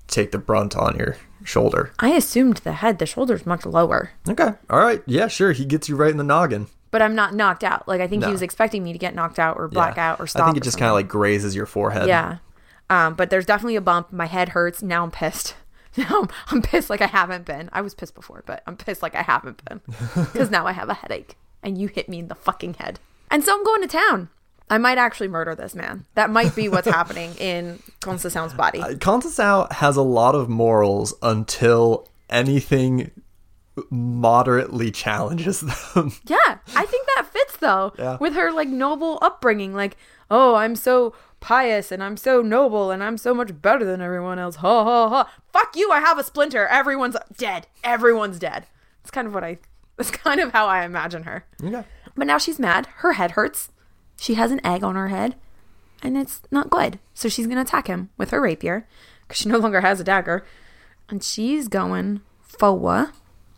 Speaker 1: take the brunt on your shoulder.
Speaker 2: I assumed the head. The shoulder's much lower.
Speaker 1: Okay, all right, yeah, sure. He gets you right in the noggin.
Speaker 2: But I'm not knocked out. Like I think
Speaker 1: No.
Speaker 2: he was expecting me to get knocked out or
Speaker 1: Yeah.
Speaker 2: black out or stop.
Speaker 1: I think it
Speaker 2: or
Speaker 1: just
Speaker 2: something.
Speaker 1: kind of like grazes your forehead.
Speaker 2: yeah. Um, but there's definitely a bump. My head hurts. Now I'm pissed. Now I'm, I'm pissed like I haven't been. I was pissed before, but I'm pissed like I haven't been because now I have a headache and you hit me in the fucking head. And so I'm going to town. I might actually murder this man. That might be what's happening in Constance's body.
Speaker 1: Contessau has a lot of morals until anything moderately challenges them.
Speaker 2: Yeah, I think that fits though
Speaker 1: Yeah.
Speaker 2: with her like noble upbringing. Like, oh, I'm so pious and I'm so noble and I'm so much better than everyone else. Ha ha ha! Fuck you! I have a splinter. Everyone's dead. Everyone's dead. That's kind of what I. That's kind of how I imagine her.
Speaker 1: okay.
Speaker 2: But now she's mad. Her head hurts. She has an egg on her head, and it's not good. So she's gonna attack him with her rapier because she no longer has a dagger, and she's going forward.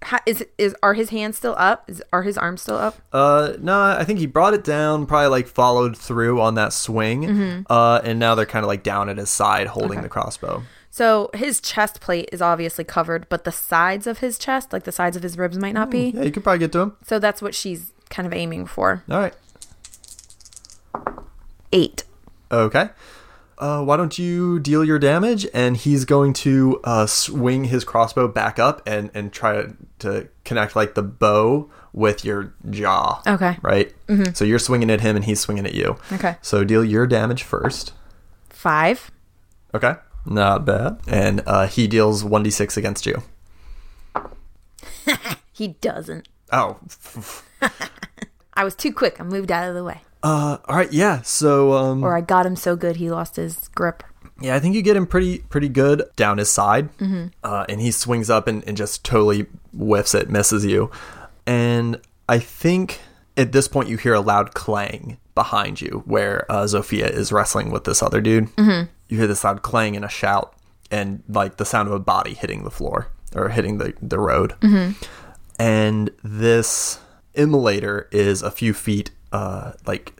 Speaker 2: Ha- is is are his hands still up? Is, are his arms still up?
Speaker 1: Uh, no, I think he brought it down, probably like followed through on that swing. Uh, and now they're kind of like down at his side holding the crossbow.
Speaker 2: So his chest plate is obviously covered, but the sides of his chest, like the sides of his ribs, might not be.
Speaker 1: Oh, Yeah, you could probably get to him.
Speaker 2: So that's what she's kind of aiming for.
Speaker 1: All right.
Speaker 2: Eight.
Speaker 1: Okay. Uh, why don't you deal your damage? And he's going to uh, swing his crossbow back up and, and try to connect like the bow with your jaw.
Speaker 2: Okay.
Speaker 1: Right? So you're swinging at him and he's swinging at you.
Speaker 2: Oh. Okay.
Speaker 1: So deal your damage first.
Speaker 2: Five.
Speaker 1: Okay. Not bad. And uh, he deals 1d6 against you.
Speaker 2: He doesn't.
Speaker 1: Oh,
Speaker 2: I was too quick. I moved out of the way.
Speaker 1: Uh, all right, yeah. So, um,
Speaker 2: Or I got him so good he lost his grip.
Speaker 1: yeah, I think you get him pretty, pretty good down his side, uh, and he swings up and, and just totally whiffs it, misses you, and I think at this point you hear a loud clang behind you where uh, Zofia is wrestling with this other dude. Mm-hmm. You hear this loud clang and a shout, and like the sound of a body hitting the floor or hitting the the road, and this immolator is a few feet, uh, like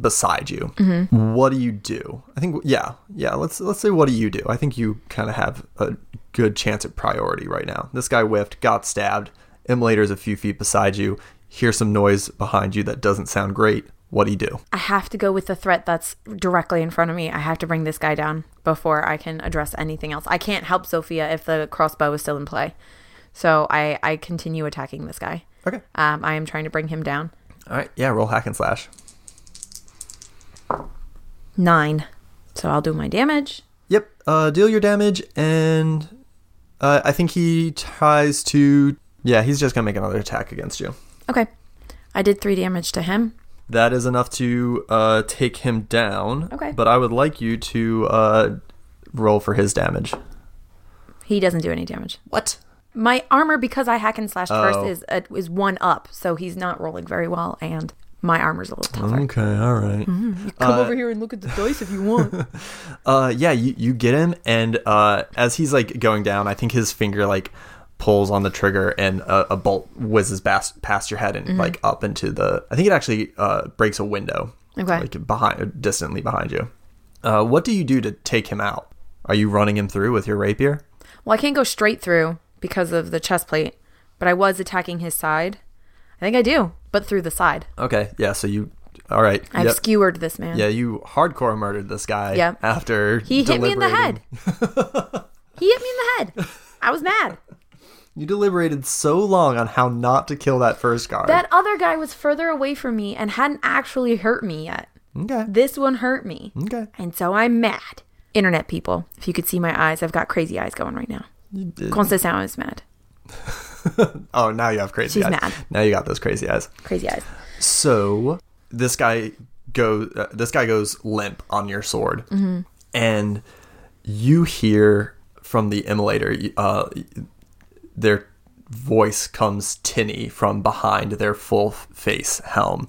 Speaker 1: beside you. What do you do? I think yeah, yeah. Let's let's say what do you do? I think you kind of have a good chance at priority right now. This guy whiffed, got stabbed. Immolator's a few feet beside you. Hear some noise behind you that doesn't sound great. What do you do?
Speaker 2: I have to go with the threat that's directly in front of me. I have to bring this guy down before I can address anything else. I can't help Sophia if the crossbow is still in play. So I, I continue attacking this guy.
Speaker 1: Okay.
Speaker 2: Um, I am trying to bring him down.
Speaker 1: All right. Yeah. Roll hack and slash.
Speaker 2: Nine. So I'll do my damage.
Speaker 1: Yep. Uh, deal your damage, and uh, I think he tries to. Yeah, he's just gonna make another attack against you.
Speaker 2: Okay. I did three damage to him.
Speaker 1: That is enough to uh, take him down.
Speaker 2: Okay.
Speaker 1: But I would like you to uh, roll for his damage.
Speaker 2: He doesn't do any damage.
Speaker 1: What?
Speaker 2: My armor, because I hack and slash first,
Speaker 1: Oh.
Speaker 2: is uh, is one up, so he's not rolling very well, and My armor's a little tougher.
Speaker 1: Okay, all right.
Speaker 2: Mm-hmm. You come over here and look at the dice if you want.
Speaker 1: Uh, yeah, you, you get him, and uh, as he's like going down, I think his finger like pulls on the trigger, and a, a bolt whizzes past, past your head and
Speaker 2: Mm-hmm.
Speaker 1: like up into the. I think it actually uh, breaks a window.
Speaker 2: Okay.
Speaker 1: Like behind, distantly behind you. Uh, what do you do to take him out? Are you running him through with your rapier?
Speaker 2: Well, I can't go straight through because of the chest plate, but I was attacking his side. I think I do, but through the side.
Speaker 1: Okay, yeah. So you, all right.
Speaker 2: I've
Speaker 1: yep.
Speaker 2: skewered this man.
Speaker 1: yeah, you hardcore murdered this guy.
Speaker 2: Yep.
Speaker 1: After
Speaker 2: He hit me in the
Speaker 1: deliberating-
Speaker 2: head. he hit me in the head. I was mad.
Speaker 1: You deliberated so long on how not to kill that first guard.
Speaker 2: That other guy was further away from me and hadn't actually hurt me yet.
Speaker 1: okay.
Speaker 2: This one hurt me.
Speaker 1: Okay.
Speaker 2: And so I'm mad. Internet people, if you could see my eyes, I've got crazy eyes going right now.
Speaker 1: You did.
Speaker 2: Concession is mad.
Speaker 1: Oh, now you have crazy
Speaker 2: She's
Speaker 1: eyes.
Speaker 2: mad.
Speaker 1: Now you got those crazy eyes.
Speaker 2: Crazy eyes.
Speaker 1: So this guy go uh, this guy goes limp on your sword, and you hear from the immolator. Uh, their voice comes tinny from behind their full face helm,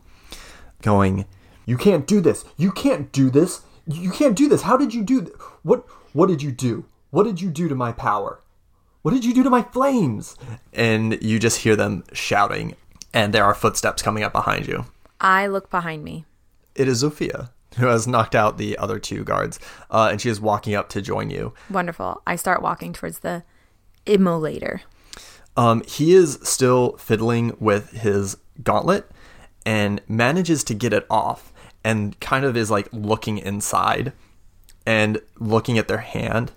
Speaker 1: going, "You can't do this. You can't do this. You can't do this. How did you do? Th- what? What did you do? What did you do to my power?" What did you do to my flames? And you just hear them shouting, and there are footsteps coming up behind you.
Speaker 2: I look behind me.
Speaker 1: It is Zofia, who has knocked out the other two guards, uh, and she is walking up to join you.
Speaker 2: Wonderful. I start walking towards the immolator.
Speaker 1: Um, he is still fiddling with his gauntlet and manages to get it off and kind of is like looking inside and looking at their hand.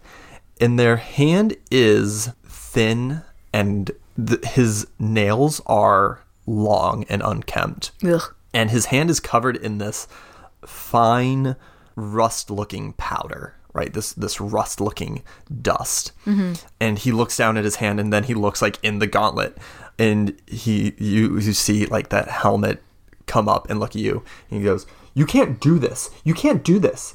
Speaker 1: And their hand is thin and th- his nails are long and unkempt.
Speaker 2: Ugh.
Speaker 1: and his hand is covered in this fine rust looking powder right this this rust looking dust and he looks down at his hand and then he looks like in the gauntlet and he you you see like that helmet come up and look at you and he goes you can't do this you can't do this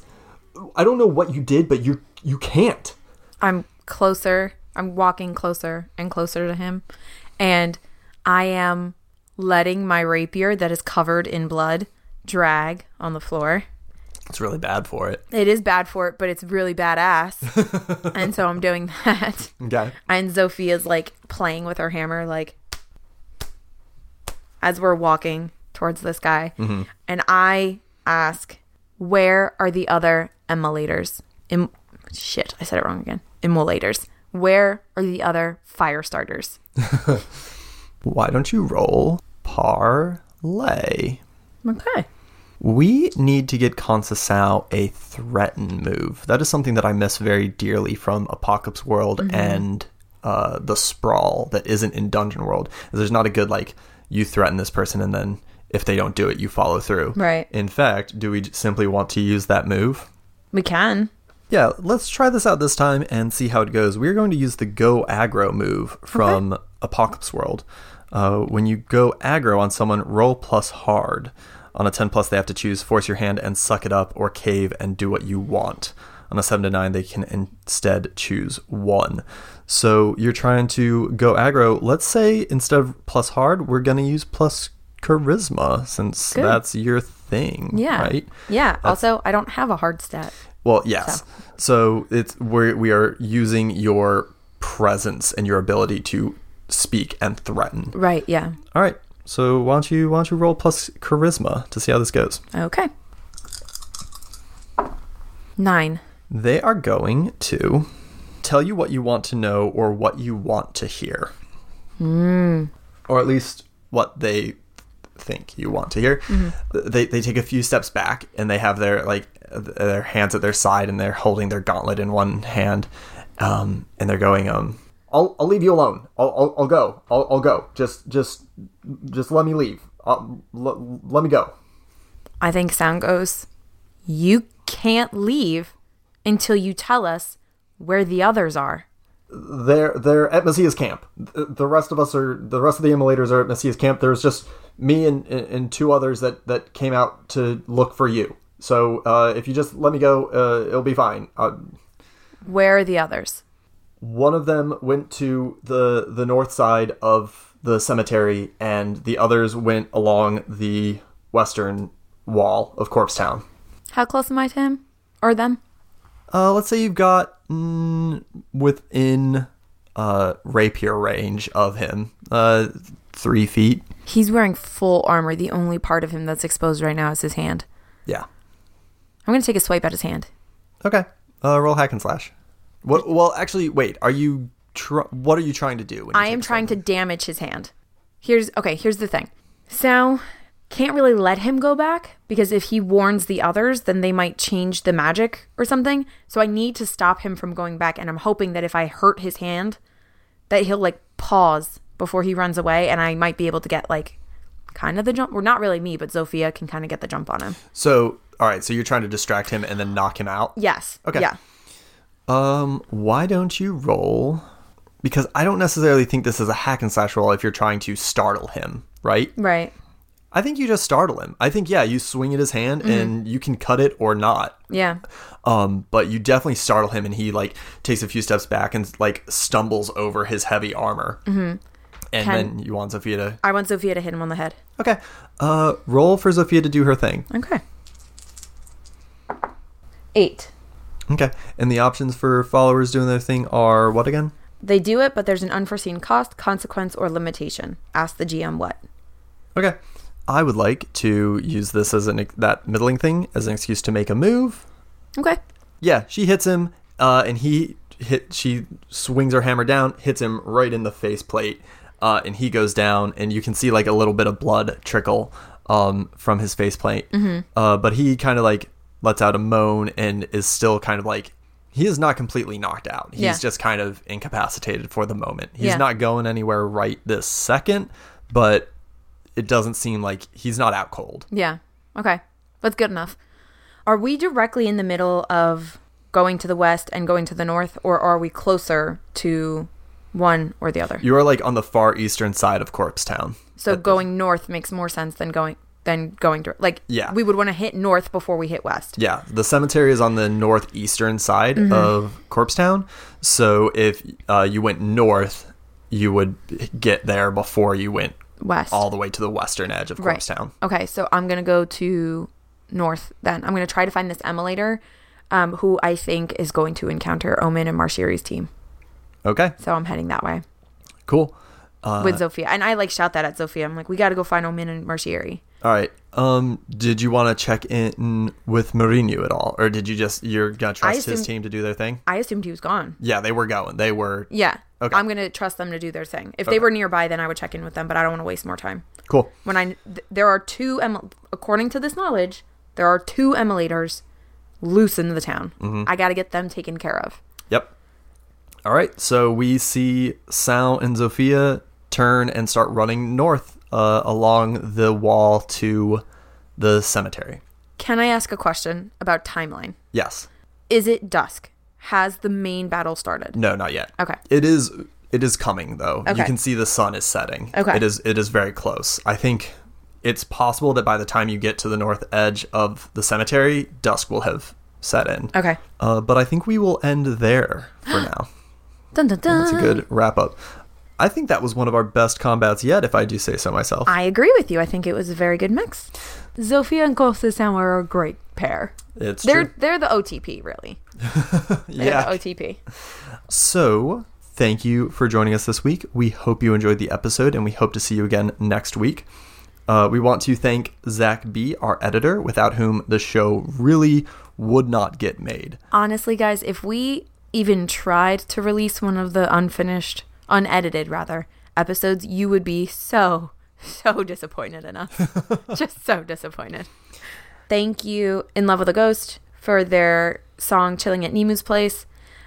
Speaker 1: i don't know what you did but you you can't
Speaker 2: I'm closer. I'm walking closer and closer to him. And I am letting my rapier that is covered in blood drag on the floor.
Speaker 1: it's really bad for it
Speaker 2: It is bad for it, but it's really badass. and so I'm doing that.
Speaker 1: okay
Speaker 2: And Zophia's like playing with her hammer, like as we're walking towards this guy. And I ask, where are the other immolators? Im- Shit, I said it wrong again. Immolators. Where are the other fire starters?
Speaker 1: why don't you roll parlay
Speaker 2: Okay.
Speaker 1: We need to get Consasau a threaten move. That is something that I miss very dearly from Apocalypse World and uh, the sprawl that isn't in Dungeon World. There's not a good like you threaten this person and then if they don't do it, you follow through.
Speaker 2: Right.
Speaker 1: In fact, do we j- simply want to use that move?
Speaker 2: We can.
Speaker 1: Yeah, let's try this out this time and see how it goes. We're going to use the go aggro move from Apocalypse World. Uh, when you go aggro on someone, roll plus hard. On a 10 plus, they have to choose force your hand and suck it up, or cave and do what you want. On a 7 to 9, they can instead choose 1. So you're trying to go aggro. Let's say instead of plus hard, we're going to use plus charisma, since
Speaker 2: Good.
Speaker 1: that's your thing.
Speaker 2: Yeah.
Speaker 1: Right?
Speaker 2: Yeah. also, I don't have a hard stat.
Speaker 1: Well, yes. So, it's we're, we are using your presence and your ability to speak and threaten.
Speaker 2: Right. Yeah.
Speaker 1: All right. So why don't you why don't you roll plus charisma to see how this goes?
Speaker 2: Okay. Nine.
Speaker 1: They are going to tell you what you want to know or what you want to hear, or at least what they think you want to hear. Th- They they take a few steps back and they have their like th- their hands at their side and they're holding their gauntlet in one hand, um, and they're going um. I'll, I'll leave you alone. I'll, I'll, I'll go. I'll, I'll go. Just just just let me leave. I'll, l- let me go.
Speaker 2: I think sound goes, You can't leave until you tell us where the others are.
Speaker 1: they're they're at Messiah's camp. The, the rest of us are the rest of the immolators are at Messiah's camp. There's just me and and two others that that came out to look for you. So uh, if you just let me go, uh, it'll be fine. Uh,
Speaker 2: Where are the others?
Speaker 1: one of them went to the the north side of the cemetery, and the others went along the western wall of Corpse Town.
Speaker 2: How close am I to him or them?
Speaker 1: Uh, let's say you've got mm, within uh, rapier range of him, uh, three feet.
Speaker 2: He's wearing full armor. The only part of him that's exposed right now is his hand.
Speaker 1: Yeah.
Speaker 2: I'm gonna take a swipe at his hand.
Speaker 1: Okay. Uh, roll hack and slash. What? Well, actually, wait. Are you? Tr- what are you trying to do? When you
Speaker 2: I
Speaker 1: take
Speaker 2: am
Speaker 1: a
Speaker 2: trying to damage his hand. Here's okay, here's the thing. So can't really let him go back because if he warns the others, then they might change the magic or something. So I need to stop him from going back and I'm hoping that if I hurt his hand, that he'll like pause before he runs away and I might be able to get like kind of the jump or not really me, but Zofia can kind of get the jump on him.
Speaker 1: So, all right. So you're trying to distract him and then knock him out.
Speaker 2: Yes.
Speaker 1: Okay.
Speaker 2: Yeah.
Speaker 1: Um, why don't you roll? Because I don't necessarily think this is a hack and slash roll if you're trying to startle him, right?
Speaker 2: Right.
Speaker 1: I think you just startle him. I think yeah, you swing at his hand
Speaker 2: Mm-hmm.
Speaker 1: and you can cut it or not.
Speaker 2: Yeah.
Speaker 1: Um, but you definitely startle him and he like takes a few steps back and like stumbles over his heavy armor. Mm-hmm. And
Speaker 2: Can-
Speaker 1: then you want Sophia to
Speaker 2: I want Zofia to hit him on the head.
Speaker 1: Okay. Uh roll for Sophia to do her thing.
Speaker 2: Okay. Eight.
Speaker 1: Okay. And the options for followers doing their thing are what again?
Speaker 2: They do it, but there's an unforeseen cost, consequence, or limitation. Ask the GM what.
Speaker 1: Okay. I would like to use this as an that middling thing as an excuse to make a move.
Speaker 2: Okay.
Speaker 1: Yeah, she hits him, uh, and he hit. She swings her hammer down, hits him right in the face plate, uh, and he goes down. And you can see like a little bit of blood trickle um, from his face plate.
Speaker 2: Mm-hmm.
Speaker 1: Uh, but he kind of like lets out a moan and is still kind of like he is not completely knocked out. He's
Speaker 2: Yeah.
Speaker 1: just kind of incapacitated for the moment. He's
Speaker 2: Yeah.
Speaker 1: not going anywhere right this second, but it doesn't seem like he's not out cold.
Speaker 2: Yeah. Okay. That's good enough. Are we directly in the middle of going to the west and going to the north, or are we closer to one or the other?
Speaker 1: You are like on the far eastern side of Corpse Town.
Speaker 2: so going north makes more sense than going than going to like
Speaker 1: Yeah.
Speaker 2: we would want to hit north before we hit west.
Speaker 1: Yeah, the cemetery is on the northeastern side
Speaker 2: Mm-hmm.
Speaker 1: of Corpse Town. So if uh, you went north, you would get there before you went
Speaker 2: West.
Speaker 1: all the way to the western edge of
Speaker 2: Right.
Speaker 1: Corpse Town.
Speaker 2: Okay, so I'm gonna go to north then. I'm gonna try to find this emulator, um, who I think is going to encounter Omen and Marshiri's team.
Speaker 1: Okay,
Speaker 2: So I'm heading that way
Speaker 1: cool. Uh,
Speaker 2: with Zofia. And I like shout that at Zofia. I'm like, we gotta go find Omen and Marshiri.
Speaker 1: All right. Um, did you want to check in with Mourinho at all, or did you just you're gonna trust his
Speaker 2: assume-
Speaker 1: team to do their thing?
Speaker 2: I assumed he was gone.
Speaker 1: Yeah, they were going. They were
Speaker 2: Yeah.
Speaker 1: Okay.
Speaker 2: I'm gonna trust them to do their thing. If they were nearby, then I would check in with them. But I don't want to waste more time.
Speaker 1: cool.
Speaker 2: When I th- there are two em- according to this knowledge, there are two emulators loose in the town.
Speaker 1: Mm-hmm.
Speaker 2: I gotta get them taken care of.
Speaker 1: Yep. All right. So we see Sal and Zofia turn and start running north uh, along the wall to the cemetery.
Speaker 2: Can I ask a question about timeline?
Speaker 1: Yes.
Speaker 2: Is it dusk? Has the main battle started?
Speaker 1: No, not yet.
Speaker 2: Okay.
Speaker 1: It is. It is coming though.
Speaker 2: Okay.
Speaker 1: You can see the sun is setting.
Speaker 2: Okay.
Speaker 1: It is. It is very close. I think it's possible that by the time you get to the north edge of the cemetery, dusk will have set in.
Speaker 2: Okay.
Speaker 1: Uh, but I think we will end there for now.
Speaker 2: Dun dun dun.
Speaker 1: That's a good wrap up. I think that was one of our best combats yet, if I do say so myself.
Speaker 2: I agree with you. I think it was a very good mix. Zofia and Costa Samuel are a great pair.
Speaker 1: It's
Speaker 2: They're
Speaker 1: true.
Speaker 2: they're the OTP really. They're
Speaker 1: Yeah.
Speaker 2: the OTP.
Speaker 1: So, thank you for joining us this week. We hope you enjoyed the episode and we hope to see you again next week. Uh, we want to thank Zach B., our editor, without whom the show really would not get made.
Speaker 2: Honestly, guys, if we even tried to release one of the unfinished, unedited rather, episodes, you would be so, so disappointed in us. Just so disappointed. Thank you, In Love with a Ghost, for their song Chilling at Nemu's Place.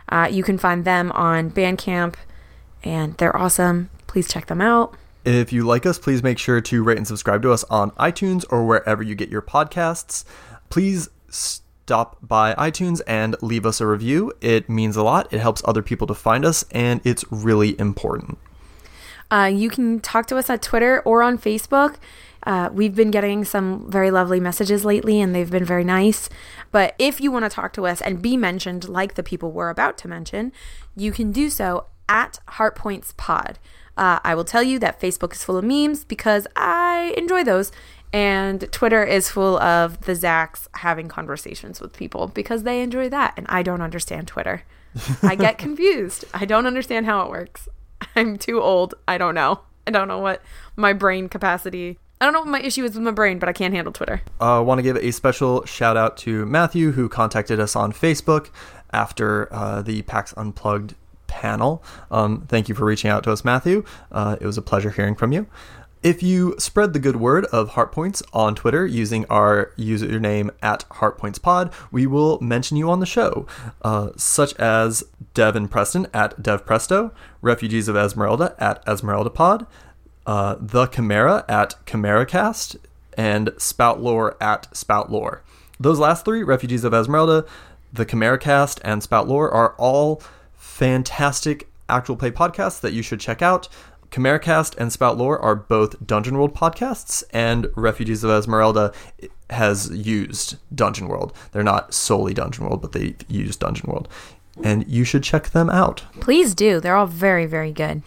Speaker 2: Uh, you can find them on Bandcamp, and they're awesome. Please check them out.
Speaker 1: If you like us, please make sure to rate and subscribe to us on iTunes or wherever you get your podcasts. Please stop by iTunes and leave us a review. It means a lot, it helps other people to find us, and it's really important.
Speaker 2: Uh, you can talk to us at Twitter or on Facebook. Uh, we've been getting some very lovely messages lately, and they've been very nice. But if you want to talk to us and be mentioned like the people we're about to mention, you can do so at HeartPointsPod. Uh, I will tell you that Facebook is full of memes because I enjoy those, And Twitter is full of the Zacks having conversations with people because they enjoy that. And I don't understand Twitter. I get confused. I don't understand how it works. I'm too old. I don't know. I don't know what my brain capacity. I don't know what my issue is with my brain, but I can't handle Twitter.
Speaker 1: uh, want to give a special shout out to Matthew, who contacted us on Facebook after uh, the PAX Unplugged panel. Um, thank you for reaching out to us, Matthew. Uh, it was a pleasure hearing from you. If you spread the good word of HeartPoints on Twitter using our username at HeartPointsPod, we will mention you on the show, uh, such as Devin Preston at DevPresto, Refugees of Esmeralda at EsmeraldaPod, uh, the Chimera at ChimeraCast, and Spoutlore at Spoutlore. Those last three, Refugees of Esmeralda, the ChimeraCast, and Spoutlore, are all fantastic actual play podcasts that you should check out. ChimeraCast and Spoutlore are both Dungeon World podcasts, and Refugees of Esmeralda has used Dungeon World. They're not solely Dungeon World, but they use Dungeon World. And you should check them out.
Speaker 2: Please do. They're all very, very good.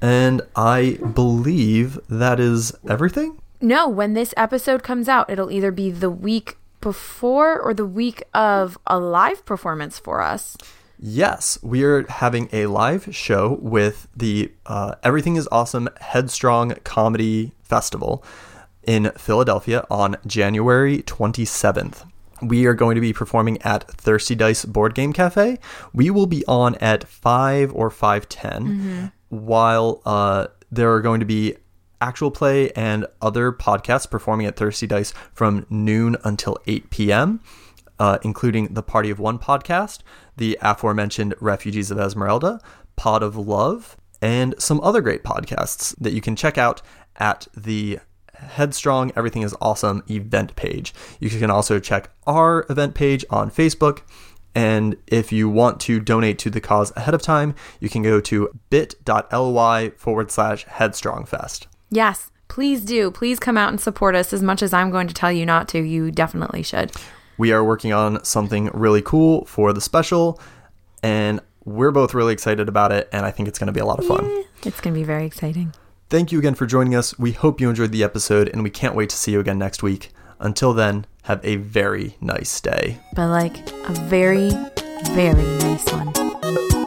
Speaker 1: And I believe that is everything.
Speaker 2: No, when this episode comes out, it'll either be the week before or the week of a live performance for us.
Speaker 1: Yes, we are having a live show with the uh, Everything is Awesome Headstrong Comedy Festival in Philadelphia on January 27th. We are going to be performing at Thirsty Dice Board Game Cafe. We will be on at 5 or 510 while uh, there are going to be actual play and other podcasts performing at Thirsty Dice from noon until 8 p.m uh, including the Party of One podcast, the aforementioned Refugees of Esmeralda, Pod of Love, and some other great podcasts that you can check out at the Headstrong Everything is Awesome event page. You can also check our event page on Facebook. And if you want to donate to the cause ahead of time, you can go to bit.ly forward slash headstrongfest.
Speaker 2: Yes, please do. Please come out and support us as much as I'm going to tell you not to. You definitely should.
Speaker 1: We are working on something really cool for the special, and we're both really excited about it, and I think it's going to be a lot of fun.
Speaker 2: It's going to be very exciting.
Speaker 1: Thank you again for joining us. We hope you enjoyed the episode, and we can't wait to see you again next week. Until then, have a very nice day.
Speaker 2: But like a very, very nice one.